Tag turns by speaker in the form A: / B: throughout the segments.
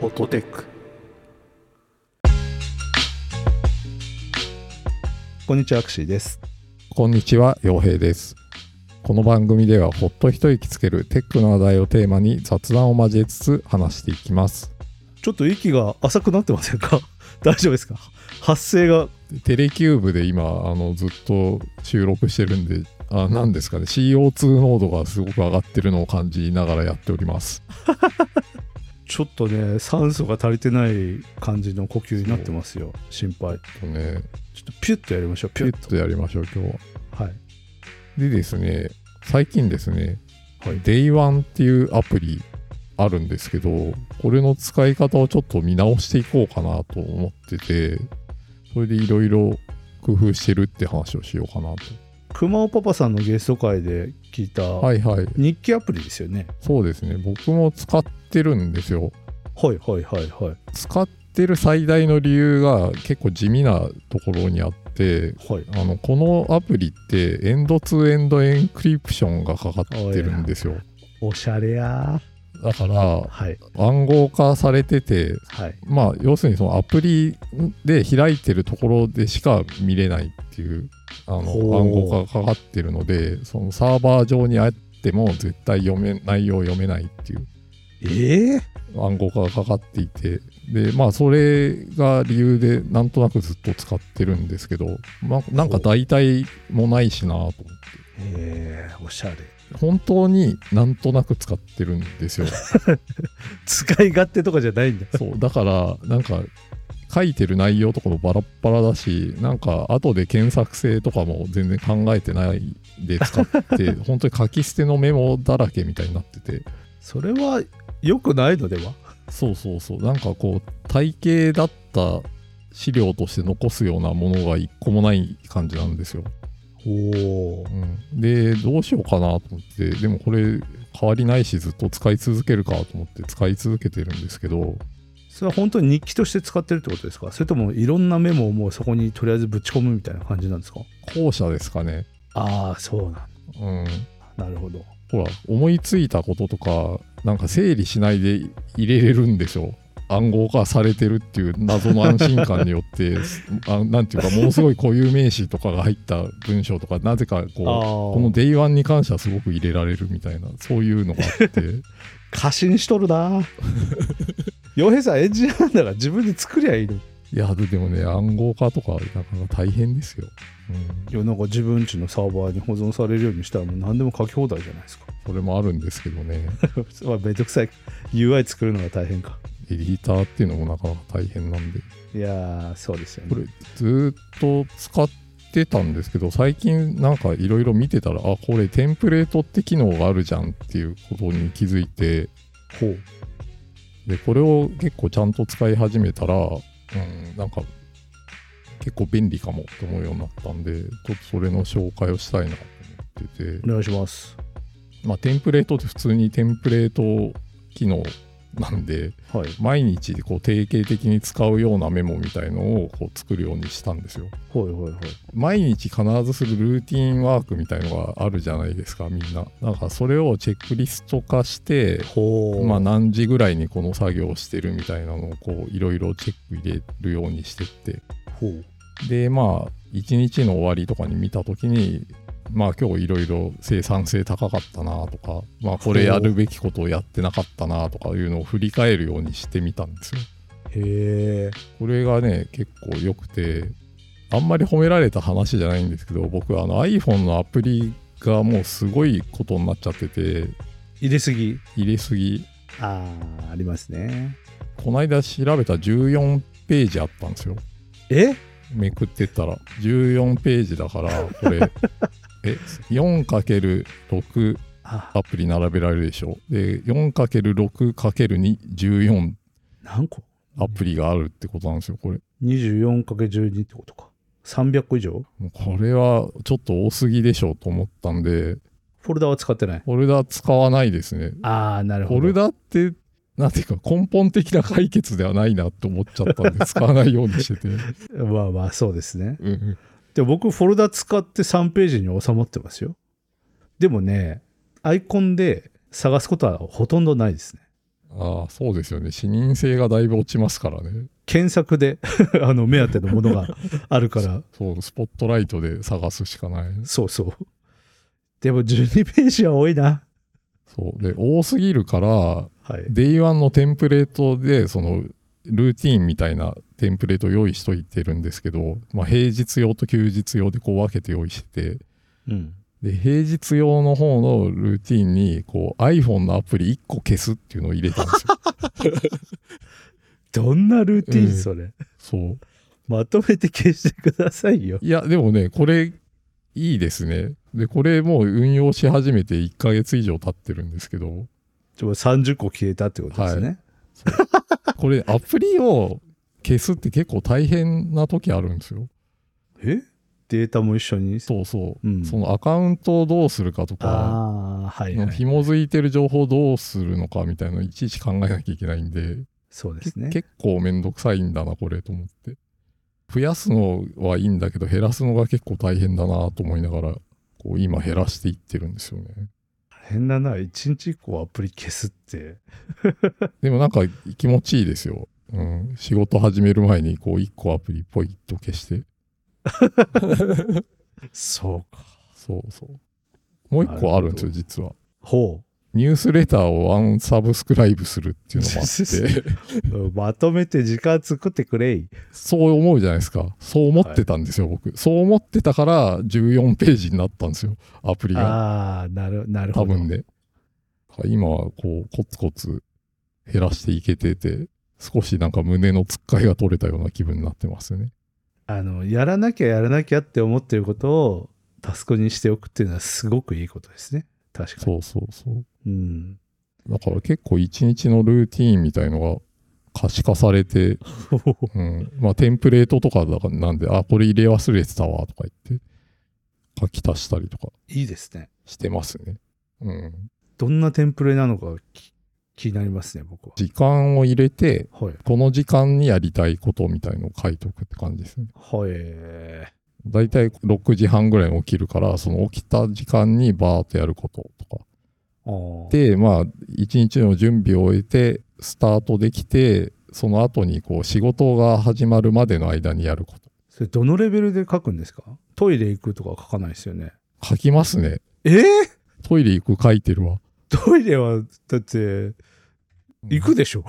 A: フォトテック
B: こんにちは、アクシーです。
C: こんにちは、洋平です。この番組ではほっと一息つけるテックの話題をテーマに雑談を交えつつ話していきます。
B: ちょっと息が浅くなってませんか 大丈夫ですか発声が、
C: テレキューブで今、あの、ずっと収録してるんで、あ、なんですかね、CO2 濃度がすごく上がってるのを感じながらやっております。
B: ちょっとね、酸素が足りてない感じの呼吸になってますよ。心配。
C: とね、
B: ちょっとピュッとやりましょう、ピ
C: ピ
B: ュ
C: ュ
B: ッ
C: ッとやりましょう、今日は。
B: と。はい。
C: でですね、最近ですね、
B: はい
C: Day1 っていうアプリあるんですけど、これの使い方をちょっと見直していこうかなと思ってて、それでいろいろ工夫してるって話をしようかなと。
B: 熊尾パパさんのゲスト会で聞いた、
C: はいはい、
B: 日記アプリですよね。
C: そうですね、僕も使ってるんですよ。
B: はいはいはいはい。
C: 使ってる最大の理由が結構地味なところにあって、
B: はい。
C: あのこのアプリってエンドツーエンドエンクリプションがかかってるんですよ。
B: おしゃれや
C: だから
B: ー。はい
C: 暗号化されてて
B: はい。
C: まあ要するにそのアプリで開いてるところでしか見れないっていうあの
B: ほう
C: 暗号化がかかってるのでそのサーバー上にあっても絶対読め内容を読めないっていう
B: ええ
C: 暗号化がかかっていてでまあそれが理由でなんとなくずっと使ってるんですけど、まあ、なんか代替もないしなと思って
B: ええおしゃれ。
C: 本当になんとなく使ってるんですよ。
B: 使い勝手とかじゃないんだ。
C: そうだからなんか書いてる内容とかもバラッバラだしなんか後で検索性とかも全然考えてないで使って本当に書き捨てのメモだらけみたいになってて
B: それは良くないのでは
C: そうそうそうなんかこう体系だった資料として残すようなものが一個もない感じなんですよ、
B: おお。
C: うん、でどうしようかなと思ってでもこれ変わりないしずっと使い続けるかと思って使い続けてるんですけど
B: それは本当に日記として使ってるってことですかそれともいろんなメモをもうそこにとりあえずぶち込むみたいな感じなんですか
C: 後者ですかね
B: ああそうなん
C: うん
B: なるほど
C: ほら思いついたこととかなんか整理しないで入れれるんでしょ暗号化されてるっていう謎の安心感によって あなんていうかものすごい固有名詞とかが入った文章とかなぜかこうこの
B: ああ
C: Day1 に関してはすごく入れられるみたいなそういうのがあって
B: 過信しとる な洋平さんエンジニアなんだから自分で作りゃいいの
C: いやでもね暗号化とかなかなか大変ですよ、うん、
B: いやなんか自分ちのサーバーに保存されるようにしたらもう何でも書き放題じゃないですか
C: それもあるんですけどね
B: まあめんどくさい UI 作るのが大変か
C: エディターっていうのもなかなか大変なんで
B: いやーそうですよ
C: こ
B: ね
C: れずーっと使ってたんですけど最近なんかいろいろ見てたらあこれテンプレートって機能があるじゃんっていうことに気づいて
B: ほう
C: でこれを結構ちゃんと使い始めたら、うん、なんか結構便利かもと思うようになったんでちょっとそれの紹介をしたいなと思ってて
B: お願いします
C: まあテンプレートって普通にテンプレート機能なんで
B: はい
C: 毎日こう定型的に使うようなメモみたいのをこう作るようにしたんですよ。
B: ほいほいほい
C: 毎日必ずするルーティンワークみたいのがあるじゃないですかみんななんかそれをチェックリスト化して
B: ほう
C: まあ何時ぐらいにこの作業をしてるみたいなのをこういろいろチェック入れるようにしてって
B: ほう
C: でまあ一日の終わりとかに見た時にまあ今日いろいろ生産性高かったなとかまあこれやるべきことをやってなかったなとかいうのを振り返るようにしてみたんですよ
B: へえ
C: これがね結構良くてあんまり褒められた話じゃないんですけど僕あの iPhone のアプリがもうすごいことになっちゃってて
B: 入れすぎ
C: 入れすぎ
B: ああありますね
C: この間調べた14ページあったんですよ
B: え
C: めくってったら14ページだからこれえ 4×6
B: あ
C: アプリ並べられるでしょで 4×6×214
B: 何個
C: アプリがあるってことなんですよこれ
B: 24×12 ってことか300個以上
C: もうこれはちょっと多すぎでしょうと思ったんで
B: フォルダは使ってない
C: フォルダ使わないですね。
B: ああなる
C: フォルダって、なんていうか根本的な解決ではないなって思っちゃったんで、使わないようにしてて。
B: まあまあそうですね
C: うん
B: で僕フォルダ使って3ページに収まってますよでもねアイコンで探すことはほとんどないですね
C: あああそうですよね視認性がだいぶ落ちますからね
B: 検索で あの目当てのものがあるから
C: そうスポットライトで探すしかない
B: そうそうでも12ページは多いな
C: そうで多すぎるから
B: はい、
C: Day1 のテンプレートでそのルーティーンみたいなテンプレート用意しといてるんですけど、まあ、平日用と休日用でこう分けて用意してて
B: うん、
C: で平日用の方のルーティーンにこう iPhone のアプリ1個消すっていうのを入れたんです よ
B: どんなルーティン
C: うん
B: それ、
C: そう
B: まとめて消してくださいよ
C: いやでもねこれいいですねでこれもう運用し始めて1ヶ月以上経ってるんですけど
B: ちょ30個消えたってことですね、
C: これアプリを消すって結構大変な時あるんですよ
B: えデータも一緒に、
C: そうそう
B: ん、
C: うそのアカウントをどうするかとか
B: ああはい、は
C: の
B: い、
C: 紐づいてる情報をどうするのかみたいなのをいちいち考えなきゃいけないんで
B: そうですね
C: 結構めんどくさいんだなこれと思って増やすのはいいんだけど減らすのが結構大変だなと思いながらこう今減らしていってるんですよね
B: 変だな1日1個アプリ消すって
C: でもなんか気持ちいいですよ、うん、仕事始める前にこう1個アプリポイッと消して
B: そうか
C: そうそうもう1個あるんですよ実は
B: ほ
C: ニュースレターをワンサブスクライブするっていうのもあって
B: う まとめて時間作ってくれい
C: そう思うじゃないですか。そう思ってたんですよ、僕。そう思ってたから14ページになったんですよ、アプリが。
B: ああなるなる
C: 多
B: ほど
C: 分ね。今はこう、コツコツ減らしていけてて、少しなんか胸のつっかえが取れたような気分になってますね。
B: あのやらなきゃやらなきゃって思ってることをタスクにしておくっていうのはすごくいいことですね確かに
C: そうそうそう。
B: うん
C: だから結構一日のルーティーンみたいのが可視化されて、うん。まあテンプレートとかだからなんで、あ、これ入れ忘れてたわとか言って、書き足したりとか
B: いいですね
C: してますね。うん。
B: どんなテンプレなのかき気になりますね僕は
C: 時間を入れて、
B: はい
C: この時間にやりたいことみたいのを書いておくって感じですね。
B: はい
C: だいたい6時半ぐらいに起きるから、その起きた時間にバーっとやることとか。
B: あー
C: で、まあ、一日の準備を終えて、スタートできて、その後にこう仕事が始まるまでの間にやること。
B: それどのレベルで書くんですかトイレ行くとかは書かないですよね
C: 書きますね。
B: えー、
C: トイレ行く書いてるわ。
B: トイレはだって行くでしょ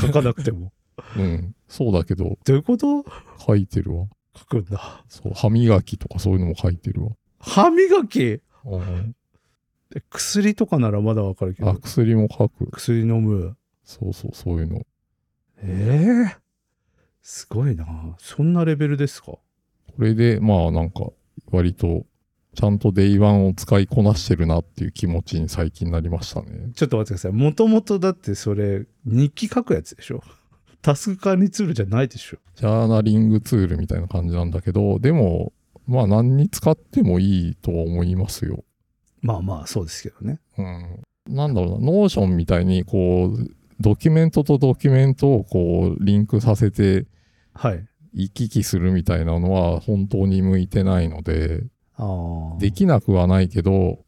B: 書かなくて も
C: うん。そうだけど、
B: どういうこと
C: 書いてるわ。
B: 書くんだ
C: そう、歯磨きとかそういうのも書いてるわ。
B: 歯磨き
C: うん
B: え薬とかならまだわかるけ
C: あ、
B: ど
C: 薬も書く。
B: 薬飲む
C: そうそう、そういうの。
B: ええすごいなそんなレベルですか
C: これで、まあなんか、割と、ちゃんと Day1 を使いこなしてるなっていう気持ちに最近なりましたね。
B: ちょっと待ってくださいもともとだってそれ日記書くやつでしょタスク管理ツールじゃないでしょ
C: ジャーナリングツールみたいな感じなんだけど、でも、まあ何に使ってもいいとは思いますよ。
B: まあまあそうですけどね
C: うん。なんだろうな、ノーションみたいに、こう、ドキュメントとドキュメントをこう、リンクさせて
B: はい
C: 行き来するみたいなのは本当に向いてないので、
B: ああ
C: できなくはないけど、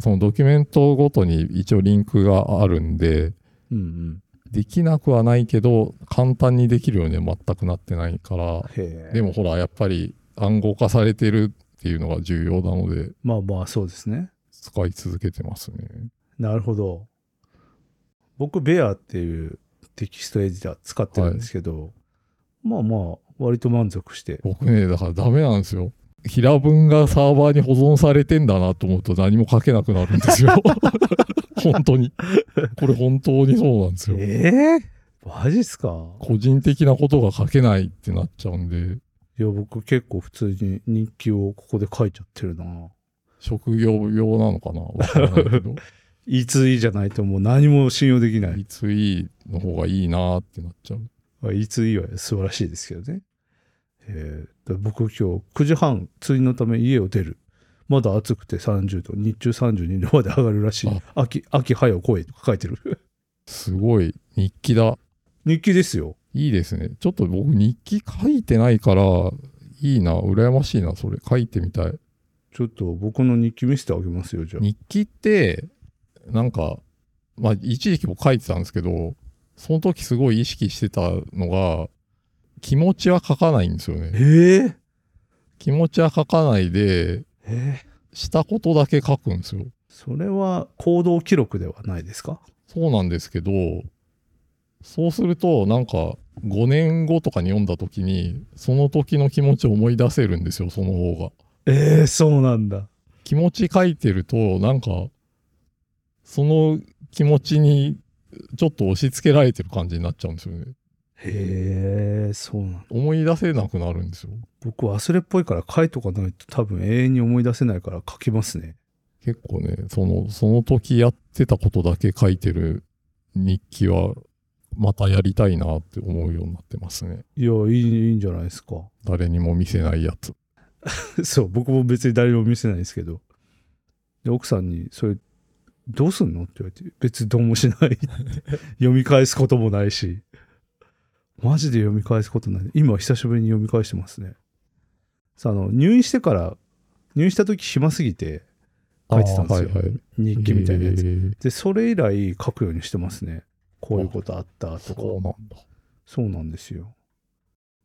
C: そのドキュメントごとに一応リンクがあるんで、
B: うんうん
C: できなくはないけど簡単にできるようには全くなってないから
B: へえ
C: でもほらやっぱり暗号化されてるっていうのが重要なので
B: まあまあそうですね
C: 使い続けてますね
B: なるほど僕ベアっていうテキストエディター使ってるんですけど、まあまあ割と満足して
C: 僕ねだからダメなんですよ平文がサーバーに保存されてんだなと思うと何も書けなくなるんですよ本当にこれ本当にそうなんですよ
B: ええマジっすか
C: 個人的なことが書けないってなっちゃうんで
B: いや僕結構普通に日記をここで書いちゃってるな
C: 職業用なのかなわからないけど
B: いついいじゃないともう何も信用できない
C: いついの方がいいなーってなっちゃう
B: まあいついいは素晴らしいですけどね、えー、で僕今日9時半通院のため家を出るまだ暑くて30度日中32度まで上がるらしい秋秋早う来いとか書いてる
C: すごい日記だ。
B: 日記ですよ
C: いいですね。ちょっと僕日記書いてないから、いいな、羨ましいな、それ。書いてみたい。
B: ちょっと僕の日記見せてあげますよ、じゃあ。
C: 日記って、なんか、まあ、一時期も書いてたんですけど、その時すごい意識してたのが、気持ちは書かないんですよね。
B: ええ
C: 気持ちは書かないで、
B: ええ
C: したことだけ書くんですよ。
B: それは行動記録ではないですか
C: そうなんですけど、そうすると、なんか、5年後とかに読んだ時に、その時の気持ちを思い出せるんですよ、その方が。
B: ええそうなんだ。
C: 気持ち書いてると、なんか、その気持ちに、ちょっと押し付けられてる感じになっちゃうんですよね。
B: へえそうなんだ。
C: 思い出せなくなるんですよ。
B: 僕忘れっぽいから書いとかないと多分永遠に思い出せないから書きますね。
C: 結構ね、その、その時やってたことだけ書いてる日記は、またやりたいなって思うようになってますね。
B: いやいいいいんじゃないですか。
C: 誰にも見せないやつ。
B: そう僕も別に誰にも見せないですけどで奥さんに「それどうすんの?」って言われて「別にどうもしない」 って読み返すこともないしマジで読み返すことない今久しぶりに読み返してますねさあの入院してから入院した時暇すぎて書いてたんですよ
C: あーはいはい
B: 日記みたいなやつ、
C: へー
B: でそれ以来書くようにしてますねこういうことあったとか
C: そうなんだ。
B: そうなんですよ。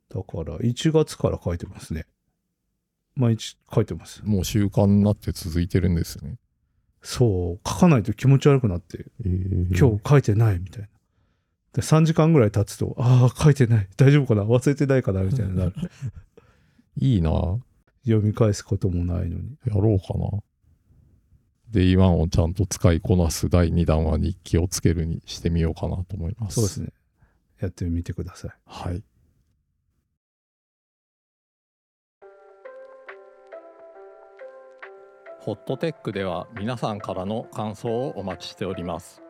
B: だから、1月から書いてますね。毎日書いてます。
C: もう習慣になって続いてるんですね。
B: そう、書かないと気持ち悪くなって、今日書いてないみたいな。で3時間ぐらい経つと、ああ、書いてない、 大丈夫かな、忘れてないかな、みたいになる。
C: いいなぁ
B: 読み返すこともないのに。
C: やろうかな。デイワンをちゃんと使いこなす第2弾は日記をつけるにしてみようかなと思います。
B: そうですね。やってみてください。
C: はい。ホットテックでは皆さんからの感想をお待ちしております。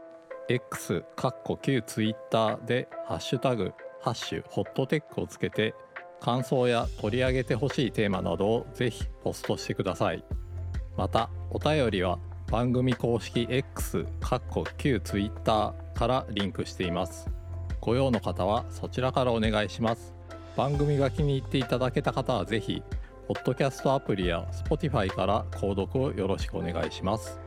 C: X かっこ旧ツイッターでハッシュタグハッシュホットテックをつけて感想や取り上げてほしいテーマなどをぜひポストしてください。またお便りは番組公式 X かっこ旧ツイッターからリンクしています。ご用の方はそちらからお願いします番組が気に入っていただけた方はぜひポッドキャストアプリや Spotify から購読をよろしくお願いします